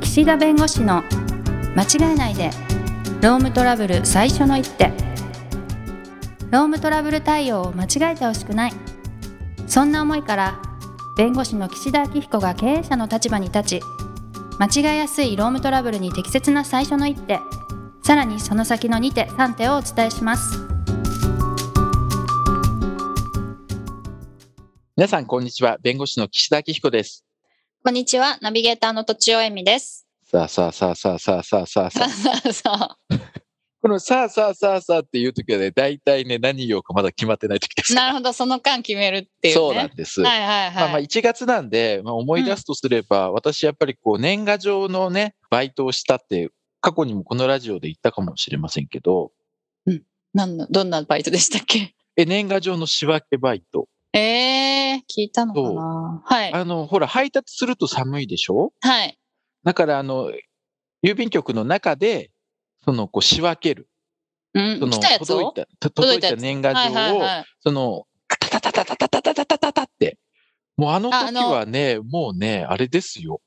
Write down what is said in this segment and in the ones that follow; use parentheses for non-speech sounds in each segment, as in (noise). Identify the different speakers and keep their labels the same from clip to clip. Speaker 1: 岸田弁護士の間違えないでロームトラブル最初の一手ロームトラブル対応を間違えてほしくないそんな思いから弁護士の岸田明彦が経営者の立場に立ち間違えやすいロームトラブルに適切な最初の一手さらにその先の2手3手をお伝えします
Speaker 2: 皆さん、こんにちは。弁護士の岸田明彦です。
Speaker 1: こんにちはナビゲーターのとちおえみです (laughs)
Speaker 2: さあさあさあさあさあさあさあさあ。
Speaker 1: そ
Speaker 2: このさあさあさあさあっていう時はね、大体ね、何言おうかまだ決まってない時です。
Speaker 1: なるほどその間決めるっていうね
Speaker 2: そうなんです。
Speaker 1: はいはいはい、
Speaker 2: まあまあ1月なんで、まあ、思い出すとすれば、私やっぱりこう年賀状のね、バイトをしたって、過去にもこのラジオで言ったかもしれませんけど、
Speaker 1: なんのどんなバイトでしたっけ (laughs)
Speaker 2: え年賀状の仕分けバイト。
Speaker 1: えー、聞いたのかなはい
Speaker 2: あの、ほら、配達すると寒いでしょ
Speaker 1: はい
Speaker 2: だから、あの、郵便局の中で、その、こう、仕分ける。
Speaker 1: うん
Speaker 2: その、
Speaker 1: 来たやつ
Speaker 2: 届い
Speaker 1: を
Speaker 2: た、と届い
Speaker 1: 届いたや
Speaker 2: た
Speaker 1: つ
Speaker 2: 年賀
Speaker 1: はいはい
Speaker 2: 状を、
Speaker 1: はい
Speaker 2: その、タタタタタタタタタタタって。もうあの
Speaker 1: ああ
Speaker 2: 時
Speaker 1: の
Speaker 2: はね、もうね、あれですよ。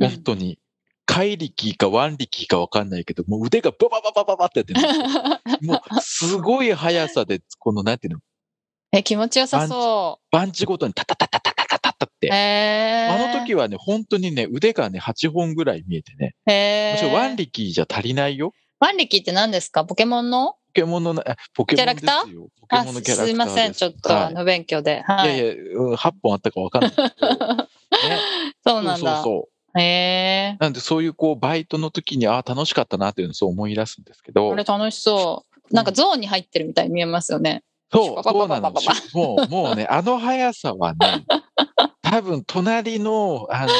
Speaker 1: うん
Speaker 2: 本当に。怪力か腕力かわかんないけど、もう腕がババババババってやってるもうすごい速さで、この、なんていうの、
Speaker 1: (laughs) え気持ちよさそ
Speaker 2: バンチごとにタタタタタタタタタっ
Speaker 1: う
Speaker 2: て。
Speaker 1: え
Speaker 2: あ
Speaker 1: ー、
Speaker 2: の時はね、本当にね、腕がね、8本ぐらい見えてね。
Speaker 1: え
Speaker 2: も
Speaker 1: ー、
Speaker 2: ちろん腕力じゃ足りないよ。
Speaker 1: ワンリキって何ですかポケモンの
Speaker 2: ポケモンのな、あポケモンです
Speaker 1: キャラ
Speaker 2: よ。ポケ
Speaker 1: あ
Speaker 2: モン
Speaker 1: す
Speaker 2: のキャラクターです
Speaker 1: いません、ちょっと、
Speaker 2: は、
Speaker 1: あの勉強で。はいい。
Speaker 2: いやいや、うん、8本あったかわかんない (laughs) けど。ね
Speaker 1: そうなん
Speaker 2: そうそ
Speaker 1: だ
Speaker 2: う。そう。
Speaker 1: へえ。
Speaker 2: なんでそういうこうバイトの時にああ楽しかったなっていうのをそう思い出すんですけど
Speaker 1: これ楽しそう。なんかゾーンに入ってるみたいに見えますよね。
Speaker 2: そう
Speaker 1: パパパパ
Speaker 2: そうなの
Speaker 1: パパ
Speaker 2: もうもうねあの速さは (laughs) ね多分隣のあの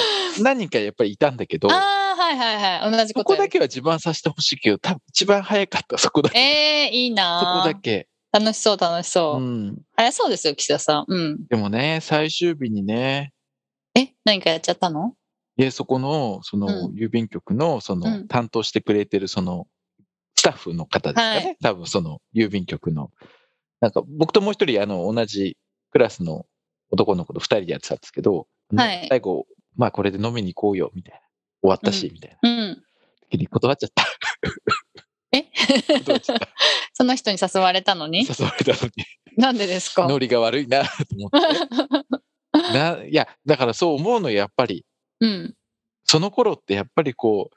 Speaker 2: 何人かやっぱりいたんだけど
Speaker 1: ああ、はいはいはい。同じ
Speaker 2: そ
Speaker 1: こ
Speaker 2: ことだ
Speaker 1: やる。
Speaker 2: けは自慢させてほしいけど多分一番速かったそこだけ
Speaker 1: ええいい
Speaker 2: そこ
Speaker 1: な
Speaker 2: だけ、
Speaker 1: ー楽しそう、楽しそうう。
Speaker 2: ん、
Speaker 1: 早そうですよ、岸田さん。うん。
Speaker 2: でもね最終日にね
Speaker 1: え、何かやっちゃったの
Speaker 2: でそこのその
Speaker 1: う
Speaker 2: 郵便局のそうの
Speaker 1: ん
Speaker 2: 担当してくれてるそのスタッフの方ですかね、
Speaker 1: は
Speaker 2: 多分その郵便局のなんか僕ともう一人あの同じクラスの男の子と二人でやってたんですけど、
Speaker 1: はい
Speaker 2: 最後まあこれで飲みに行こうよみたいな終わったし、みたいな
Speaker 1: うん。
Speaker 2: 時に断っちゃった
Speaker 1: え
Speaker 2: 断っちゃった
Speaker 1: (laughs) その人に誘われたのに
Speaker 2: 誘われたのに
Speaker 1: なんでですか
Speaker 2: ノリが悪いなと思って
Speaker 1: (laughs)
Speaker 2: ないやだからそう思うのやっぱり
Speaker 1: うん。
Speaker 2: その頃ってやっぱりこ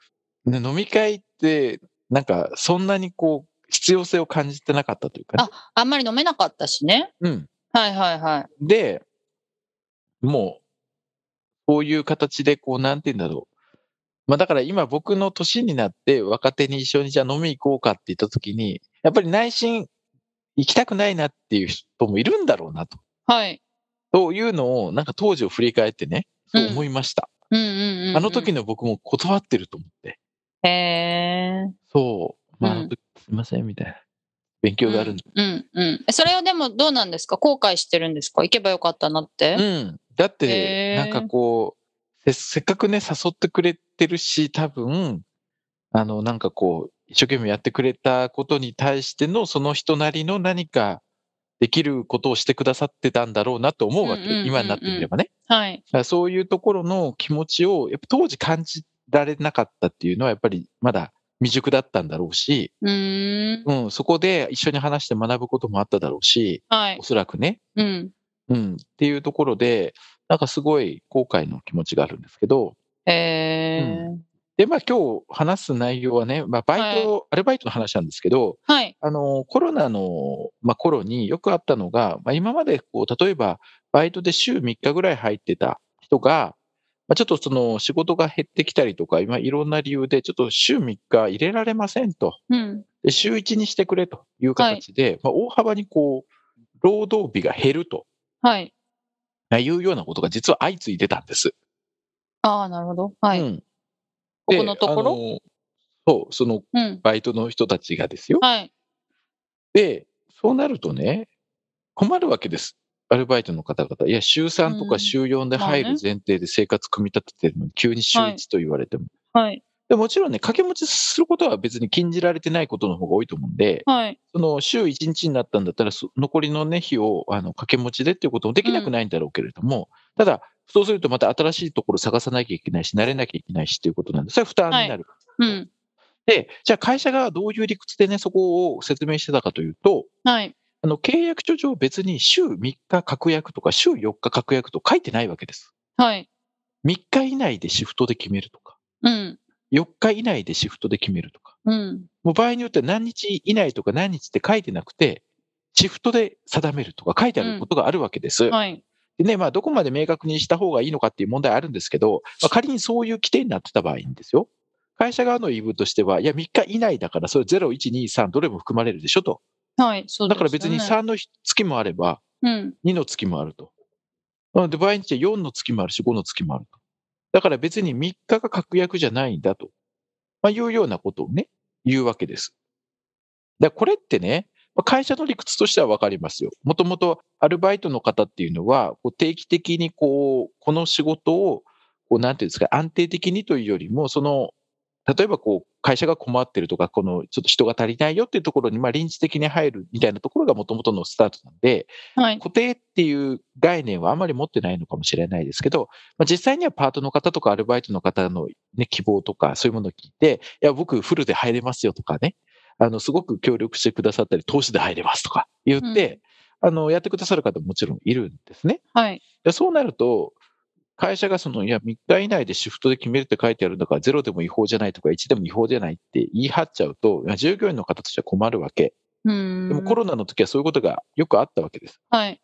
Speaker 2: う、ね飲み会って、なんかそんなにこう、必要性を感じてなかったというかね、
Speaker 1: あんまり飲めなかったしね。
Speaker 2: うん。
Speaker 1: はいはいはい。
Speaker 2: で、もう、こういう形で、こう、なんて言うんだろう。まあだから今僕の年になって若手に一緒にじゃあ飲み行こうかって言った時に、やっぱり内心行きたくないなっていう人もいるんだろうなと。
Speaker 1: はい。
Speaker 2: というのを、なんか当時を振り返ってね、そう思いました。
Speaker 1: うんうんうん。
Speaker 2: あの時の僕も断ってると思って。
Speaker 1: へえ。
Speaker 2: そう。ま
Speaker 1: う
Speaker 2: あ、
Speaker 1: ん
Speaker 2: あの時すいません、みたいな。勉強があるんで。
Speaker 1: うんうん。それをでもどうなんですか後悔してるんですか行けばよかったなっ
Speaker 2: う
Speaker 1: て
Speaker 2: ん。。だって、
Speaker 1: へ
Speaker 2: な
Speaker 1: ー
Speaker 2: んかこう、せせっかくね、誘ってくれてるし、多分、あの、なんかこう、一生懸命やってくれたことに対しての、その人なりの何かできることをしてくださってたんだろうなと思うわけ。
Speaker 1: うんうんうんうん
Speaker 2: 今になってみればね。
Speaker 1: はい。
Speaker 2: だからそういうところの気持ちを、やっぱ当時感じられなかったっていうのは、やっぱりまだ未熟だったんだろうし、
Speaker 1: うーん。
Speaker 2: うん、そこで一緒に話して学ぶこともあっただろうし、
Speaker 1: はい
Speaker 2: お。そらくね。
Speaker 1: うん。
Speaker 2: うん。っていうところで、なんかすごい後悔の気持ちがあるんですけど、
Speaker 1: えー
Speaker 2: で、まあ今日話す内容はね、まあバイト、アルバイトの話なんですけど、
Speaker 1: はい。
Speaker 2: あの、コロナの、まあ、頃によくあったのが、まあ今までこう、例えばバイトで週3日ぐらい入ってた人が、まあ、ちょっとその仕事が減ってきたりとか、今いろんな理由でちょっと週3日入れられませんと。
Speaker 1: うん。
Speaker 2: で週1にしてくれという形で、まあ大幅にこう、労働日が減ると。
Speaker 1: はい。
Speaker 2: いうようなことが実は相次いでたんです。
Speaker 1: ああ、なるほど。はい。
Speaker 2: う
Speaker 1: うん。
Speaker 2: ん
Speaker 1: こ
Speaker 2: で
Speaker 1: このところ
Speaker 2: あのそう、そのバイトの人たちがですよ。
Speaker 1: はい。
Speaker 2: で、そうなるとね、困るわけです。アルバイトの方々。いや、週3と
Speaker 1: う
Speaker 2: か
Speaker 1: ん
Speaker 2: 週4で
Speaker 1: まあね
Speaker 2: 入る前提で生活組み立ててるのに、急に週
Speaker 1: はい
Speaker 2: 1と言われても。
Speaker 1: はい。
Speaker 2: でもちろんね、掛け持ちすることは別に禁じられてないことの方が多いと思うんで、
Speaker 3: はい。
Speaker 2: その週1日になったんだったら、そ残りのね、日をあの掛け持ちでっていうこともできなくないんだろうけれども、ただ、そうするとまた新しいところ探さなきゃいけないし、慣れなきゃいけないしっていうことなんで、それは負担になる。
Speaker 3: うん。
Speaker 2: で、じゃあ会社がどういう理屈でね、そこを説明してたかというと、
Speaker 3: はい。
Speaker 2: あの契約書上別に週3日確約とか週4日確約と書いてないわけです。
Speaker 3: はい。
Speaker 2: 3日以内でシフトで決めるとか、
Speaker 3: うん。
Speaker 2: 4日以内でシフトで決めるとか、
Speaker 3: うん。
Speaker 2: もう場合によっては何日以内とか何日って書いてなくて、シフトで定めるとか書いてあることがあるわけです。
Speaker 3: はい。
Speaker 2: でね、まあどこまで明確にした方がいいのかっていう問題あるんですけど、まあ、仮にそういう規定になってた場合にですよ。会社側の言い分としては、いや、3日以内だから、それ0、1、2、3、どれも含まれるでしょと。
Speaker 3: はい。そうで
Speaker 2: だ
Speaker 3: す
Speaker 2: から別に
Speaker 3: よね。
Speaker 2: 3の月もあれば、
Speaker 3: うん。
Speaker 2: 2の月もあると。なので、場合によって4の月もあるし、5の月もあると。だから別に3日が確約じゃないんだと。まあ、いうようなことをね、言うわけです。だからこれってね、まあ会社の理屈としてはわかりますよ。もともとアルバイトの方っていうのは、こう定期的にこう、この仕事を、こう、なんていうんですか、安定的にというよりも、その、例えばこう、会社が困ってるとか、この、ちょっと人が足りないよっていうところに、まあ、臨時的に入るみたいなところがもともとのスタートなんで、
Speaker 3: はい。
Speaker 2: 固定っていう概念はあまり持ってないのかもしれないですけど、まあ、実際にはパートの方とかアルバイトの方の、ね、希望とかそういうものを聞いて、いや、僕フルで入れますよとかね、あの、すごく協力してくださったり、投資で入れますとか言って、あの、やってくださる方ももちろんいるんですね。
Speaker 3: はい。
Speaker 2: でそうなると、会社がその、いや、3日以内でシフトで決めるって書いてあるんだから、0でも違法じゃないとか、1でも違法じゃないって言い張っちゃうと、いや従業員の方としては困るわけ。
Speaker 3: うん。
Speaker 2: でもコロナの時はそういうことがよくあったわけです。
Speaker 3: はい。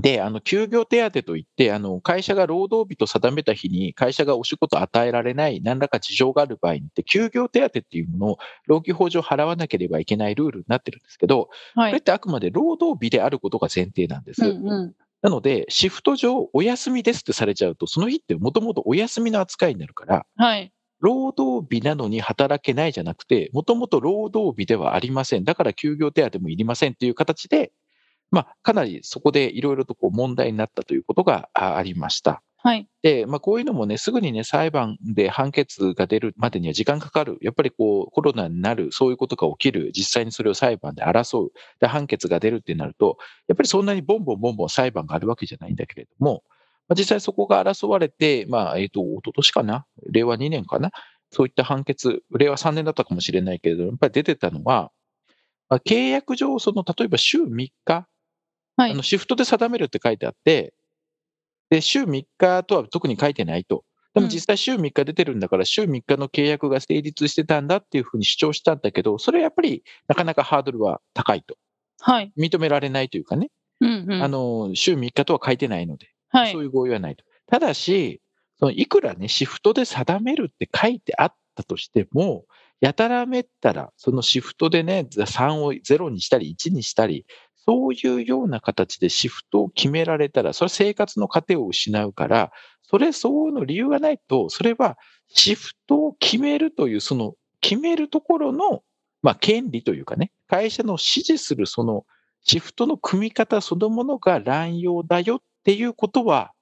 Speaker 2: で、あの、休業手当といって、あの、会社が労働日と定めた日に会社がお仕事を与えられない何らか事情がある場合にって、休業手当っていうものを労基法上払わなければいけないルールになってるんですけど、
Speaker 3: は
Speaker 2: これっ
Speaker 3: い。
Speaker 2: てあくまで労働日であることが前提なんです。
Speaker 3: うん。うん。
Speaker 2: なので、シフト上お休みですってされちゃうと、その日ってもともとお休みの扱いになるから、
Speaker 3: はい。
Speaker 2: 労働日なのに働けないじゃなくて、もともと労働日ではありません。だから休業手当もいりませんっていう形で、まあ、かなりそこでいろいろとこう問題になったということがあありました。
Speaker 3: はい。
Speaker 2: で、まあ、こういうのもね、すぐにね、裁判で判決が出るまでには時間かかる。やっぱりこう、コロナになる、そういうことが起きる、実際にそれを裁判で争う、で、判決が出るってなると、やっぱりそんなにボンボンボンボン裁判があるわけじゃないんだけれども、まあ、実際そこが争われて、まあ、えっ、と、一昨年かな令和2年かなそういった判決、令和3年だったかもしれないけれども、やっぱり出てたのは、まあ、契約上、その、例えば週3日、
Speaker 3: は
Speaker 2: あ
Speaker 3: い
Speaker 2: の。シフトで定めるって書いてあって、で、週3日とは特に書いてないと。でも
Speaker 3: うん
Speaker 2: 実際週3日出てるんだから、週3日の契約が成立してたんだっていうふうに主張したんだけど、それはやっぱりなかなかハードルは高いと。
Speaker 3: はい。
Speaker 2: 認められないというかね、
Speaker 3: うん。う
Speaker 2: あ
Speaker 3: ん。
Speaker 2: の、週3日とは書いてないので、
Speaker 3: は
Speaker 2: そう
Speaker 3: い。。
Speaker 2: いう合意はないと。ただし、そのいくらね、シフトで定めるって書いてあったとしても、やたらめったら、そのシフトでね、3を0にしたり、1にしたり、そういうような形でシフトを決められたら、それは生活の糧を失うから、それ相応の理由がないと、それはシフトを決めるという、その決めるところの、まあ、権利というかね、会社の指示するそのシフトの組み方そのものが乱用だよっていうことは、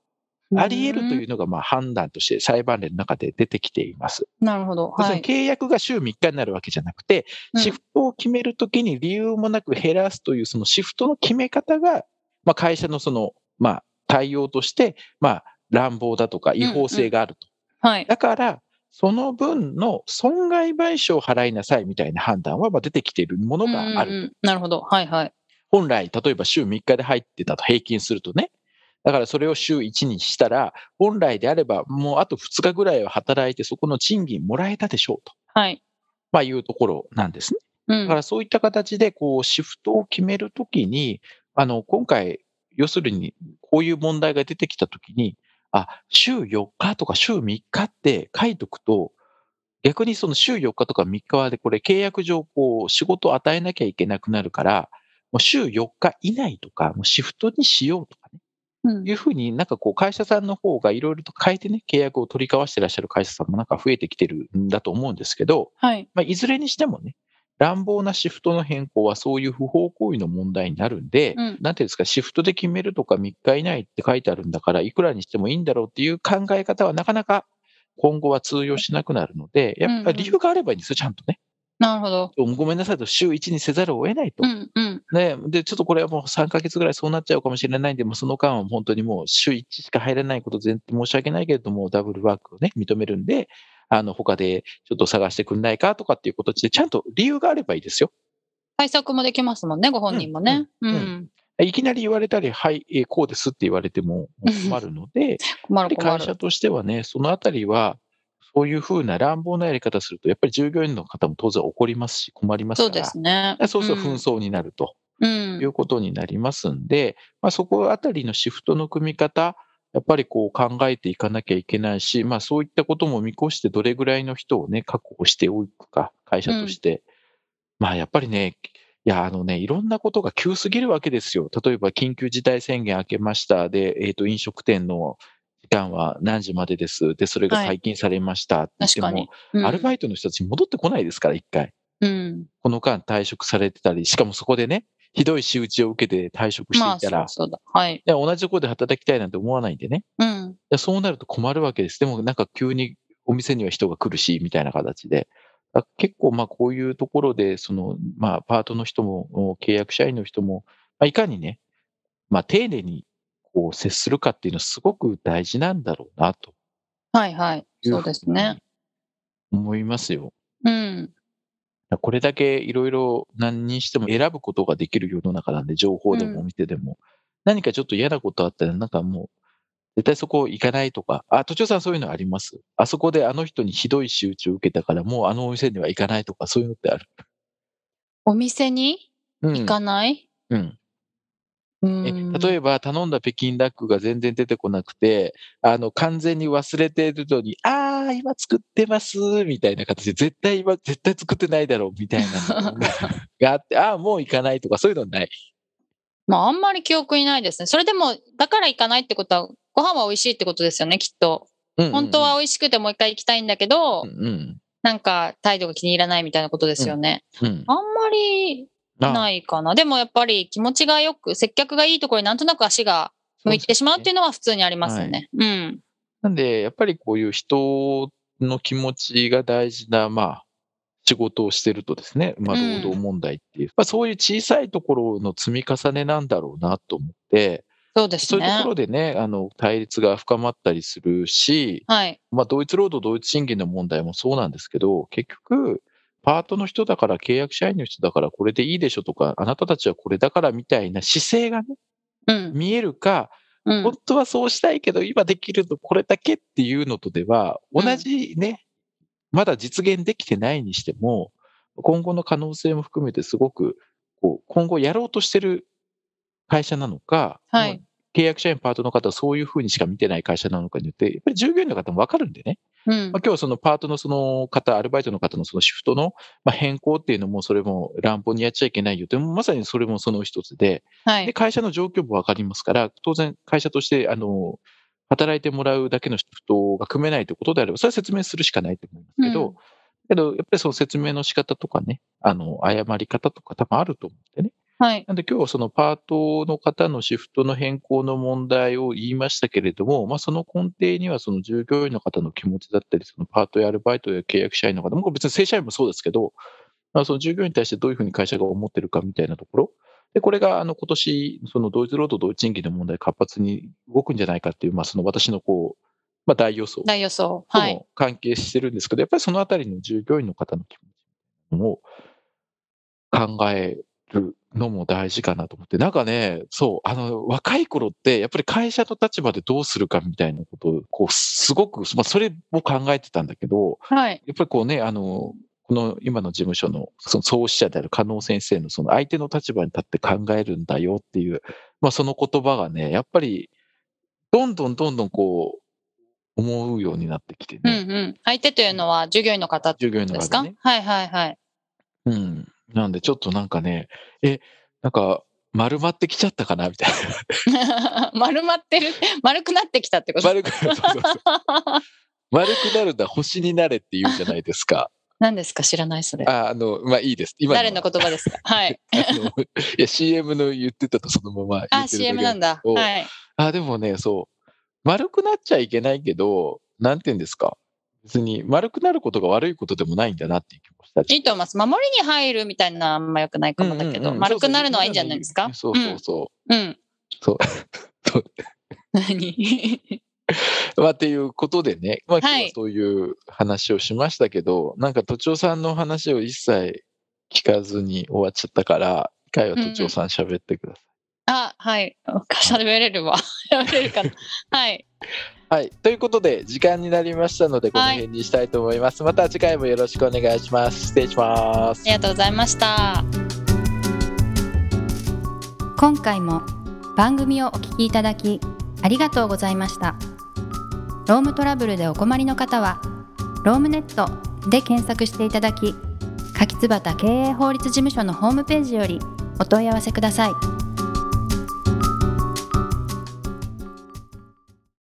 Speaker 2: あり得るといううのがまあ判断として裁判例の中で出てきています。
Speaker 3: なるほど。
Speaker 2: そ
Speaker 3: は
Speaker 2: の
Speaker 3: い。
Speaker 2: 契約が週3日になるわけじゃなくて、
Speaker 3: うん
Speaker 2: シフトを決めるときに理由もなく減らすという、そのシフトの決め方が、まあ、会社のその、まあ、対応として、まあ、乱暴だとか違法性があると。
Speaker 3: はい。
Speaker 2: だから、その分の損害賠償を払いなさいみたいな判断はまあ出てきているものがある
Speaker 3: うんうんなるほど。はいはい。
Speaker 2: 本来、例えば週3日で入ってたと平均するとね。だからそれを週1にしたら、本来であればもうあと2日ぐらいは働いてそこの賃金もらえたでしょうと、
Speaker 3: はい。
Speaker 2: まあ、いうところなんですね。
Speaker 3: う
Speaker 2: だか
Speaker 3: ん。
Speaker 2: らそういった形でこうシフトを決めるときに、あの、今回、要するにこういう問題が出てきたときに、あ、週4日とか週3日って書いとくと、逆にその週4日とか3日はでこれ契約上こう仕事を与えなきゃいけなくなるから、もう週4日以内とか、もうシフトにしようとかね、
Speaker 3: うん
Speaker 2: いうふうになんかこう会社さんの方がいろいろと変えてね、契約を取り交わしてらっしゃる会社さんもなんか増えてきてるんだと思うんですけど、
Speaker 3: はい。
Speaker 2: まあ、いずれにしてもね、乱暴なシフトの変更はそういう不法行為の問題になるんで、
Speaker 3: うん
Speaker 2: なんていうんですか、シフトで決めるとか3日以内って書いてあるんだから、いくらにしてもいいんだろうっていう考え方はなかなか今後は通用しなくなるので、やっぱり理由があればいいんですよ、ちゃんとね。
Speaker 3: なるほど。
Speaker 2: ごめんなさいと、週1にせざるを得ないと
Speaker 3: う。んうん。
Speaker 2: ね、で、ちょっとこれはもう3ヶ月ぐらいそうなっちゃうかもしれないんで、もうその間は本当にもう週1しか入れないこと全申し訳ないけれども、ダブルワークをね、認めるんで、あの、他でちょっと探してくんないかとかっていうことで、ちゃんと理由があればいいですよ。
Speaker 3: 対策もできますもんね、ご本人もね。うんん。
Speaker 2: うんいきなり言われたり、はい、えーこうですって言われても困るの
Speaker 3: (laughs)
Speaker 2: で、や
Speaker 3: 困
Speaker 2: っぱ
Speaker 3: る
Speaker 2: り
Speaker 3: 困
Speaker 2: 会
Speaker 3: る
Speaker 2: 社。としてはね、そのあたりは、そういうふうな乱暴なやり方すると、やっぱり従業員の方も当然怒りますし、困りますか
Speaker 3: そ
Speaker 2: ら。
Speaker 3: うですね。
Speaker 2: そうすると紛争になると。
Speaker 3: うん。
Speaker 2: ということになりますんで、まあ、そこあたりのシフトの組み方、やっぱりこう考えていかなきゃいけないし、まあ、そういったことも見越してどれぐらいの人をね、確保しておくか、会社として。まあ、やっぱりね、いや、あのね、いろんなことが急すぎるわけですよ。例えば、緊急事態宣言明けました。で、えっ、と、飲食店の時間は何時までです。で、それが解禁されました。って言っても
Speaker 3: 確かに。うん
Speaker 2: アルバイトの人たち戻ってこないですから、一回。
Speaker 3: うん。
Speaker 2: この間退職されてたり、しかもそこでね、ひどい仕打ちを受けて退職して
Speaker 3: ま
Speaker 2: い
Speaker 3: あ、
Speaker 2: た
Speaker 3: そう
Speaker 2: ら、
Speaker 3: そうだ。はい。
Speaker 2: いや同じところで働きたいなんて思わないんでね。
Speaker 3: うん。
Speaker 2: いやそうなると困るわけです。でもなんか急にお店には人が来るし、みたいな形で。あ結構まあこういうところで、その、まあパートの人も、契約社員の人も、まあ、いかにね、まあ丁寧にこう接するかっていうのはすごく大事なんだろうな、と
Speaker 3: はいはい。
Speaker 2: いう
Speaker 3: そうですね。
Speaker 2: ふうに思いますよ。
Speaker 3: うん。
Speaker 2: これだけいろいろ何にしても選ぶことができる世の中なんで、情報でも
Speaker 3: うん
Speaker 2: お店でも。何かちょっと嫌なことあったら、なんかもう、絶対そこ行かないとか、あ、都庁さんそういうのありますあそこであの人にひどい仕打ちを受けたから、もうあのお店には行かないとか、そういうのってある。
Speaker 3: お店に
Speaker 2: うん。
Speaker 3: 行かない、
Speaker 2: うん
Speaker 3: うん
Speaker 2: え例えば頼んだ北京ダックが全然出てこなくて、あの、完全に忘れてるのに、あー、今作ってます、みたいな形で、絶対今、絶対作ってないだろう、みたいなのががあって、あー、もう行かないとか、そういうのない。
Speaker 3: まあ、あんまり記憶にないですね。それでも、だから行かないってことは、ご飯は美味しいってことですよね、きっと。
Speaker 2: うんうんうん
Speaker 3: 本当は美味しくてもう一回行きたいんだけど、
Speaker 2: うんうん
Speaker 3: なんか態度が気に入らないみたいなことですよね。
Speaker 2: うん
Speaker 3: あんまり
Speaker 2: あ
Speaker 3: ないかな。でもやっぱり気持ちがよく、接客がいいところになんとなく足が向いてしまうっていうのは普通にありますよね。うん。
Speaker 2: なんで、やっぱりこういう人の気持ちが大事な、まあ、仕事をしてるとですね、まあ、
Speaker 3: うん
Speaker 2: 労働問題っていう、まあ、そういう小さいところの積み重ねなんだろうなと思って、
Speaker 3: そうです
Speaker 2: そういうと
Speaker 3: ね
Speaker 2: こ。ろでね、あの、対立が深まったりするし、
Speaker 3: はい。
Speaker 2: まあ、同一労働同一賃金の問題もそうなんですけど、結局、パートの人だから、契約社員の人だから、これでいいでしょとか、あなたたちはこれだからみたいな姿勢がね、
Speaker 3: うん。
Speaker 2: 見えるか、
Speaker 3: うん。
Speaker 2: 本当はそうしたいけど、今できるのこれだけっていうのとでは、
Speaker 3: うん
Speaker 2: 同じね、まだ実現できてないにしても、今後の可能性も含めてすごく、こう、今後やろうとしてる会社なのか、
Speaker 3: はい
Speaker 2: もう契約社員パートの方はそういうふうにしか見てない会社なのかによって、やっぱり従業員の方もわかるんでね。
Speaker 3: うん
Speaker 2: まあ、今日はそのパートのその方、アルバイトの方のそのシフトのまあ変更っていうのも、それも乱暴にやっちゃいけないよって、まさにそれもその一つで、
Speaker 3: は
Speaker 2: で、
Speaker 3: い。
Speaker 2: 会社の状況もわかりますから、当然会社として、あの、働いてもらうだけのシフトが組めないということであれば、それは説明するしかないと思いますけど、
Speaker 3: うん
Speaker 2: けど、やっぱりその説明の仕方とかね、あの、誤り方とか多分あると思ってね。
Speaker 3: はい。
Speaker 2: なんで今日はそのパートの方のシフトの変更の問題を言いましたけれども、まあその根底にはその従業員の方の気持ちだったり、そのパートやアルバイトや契約社員の方も、これ別に正社員もそうですけど、まあ、その従業員に対してどういうふうに会社が思ってるかみたいなところ。で、これがあの今年、その同一労働同一賃金の問題活発に動くんじゃないかっていう、まあその私のこう、まあ大予想。
Speaker 3: 大予想。
Speaker 2: と
Speaker 3: はい。
Speaker 2: も関係してるんですけど、やっぱりそのあたりの従業員の方の気持ちを考えるのも大事かなと思って、なんかね、そう、あの、若い頃って、やっぱり会社の立場でどうするかみたいなことを、こう、すごく、まあ、それも考えてたんだけど、
Speaker 3: はい。
Speaker 2: やっぱりこうね、あの、この今の事務所のその創始者である加納先生のその相手の立場に立って考えるんだよっていう、まあその言葉がね、やっぱりどんどんどんどんこう思うようになってきてね。
Speaker 3: うんうん。相手というのは従業員の方
Speaker 2: 従業員の
Speaker 3: です
Speaker 2: 方
Speaker 3: か、
Speaker 2: ね。
Speaker 3: はいはいはい。 (laughs)
Speaker 2: うん。なんで、ちょっとなんかね、え、なんか、丸まってきちゃったかなみたいな。
Speaker 3: 丸まってる。 (laughs) 丸くなってきた (laughs) ってこと。
Speaker 2: 丸く、そうそうそう丸くなるんだ、星になれって言うじゃないです
Speaker 3: (laughs)
Speaker 2: か。
Speaker 3: 何ですか知らないそれ。
Speaker 2: ああの、まあいいです。今
Speaker 3: 誰の言葉ですかはい。
Speaker 2: (laughs) あのいや、CM の言ってたとそのまま言っ
Speaker 3: あ、
Speaker 2: てるだけ
Speaker 3: CM なんだ。
Speaker 2: お
Speaker 3: はい。
Speaker 2: あ、でもね、そう。丸くなっちゃいけないけど、なんて言うんですか。別に丸くなることが悪いことでもないんだなっていう気もしたし
Speaker 3: いいと思います。守りに入るみたいなのはあんま良くないかも
Speaker 2: う
Speaker 3: だけど、
Speaker 2: んうんうん
Speaker 3: 丸くなるのはいいんじゃないですか
Speaker 2: そうそうそう
Speaker 3: うん。うん。
Speaker 2: そう。
Speaker 3: 何 (laughs)
Speaker 2: まあ、っていうことでね、まあ、今
Speaker 3: はい
Speaker 2: 日はそういう話をしましたけど、なんか、都庁さんの話を一切聞かずに終わっちゃったから、一回は都庁さん喋ってください。
Speaker 3: あ、はい。喋れるわ。 (laughs) 喋れるかな。はい。
Speaker 2: はい。ということで、時間になりましたので、この辺にしたいと思います。また次回もよろしくお願いします。失礼します
Speaker 3: あり。がとうございました。
Speaker 1: 今回も番組をお聞きいただきありがとうございましたロームトラブルでお困りの方はロームネットで検索していただき柿椿経営法律事務所のホームページよりお問い合わせください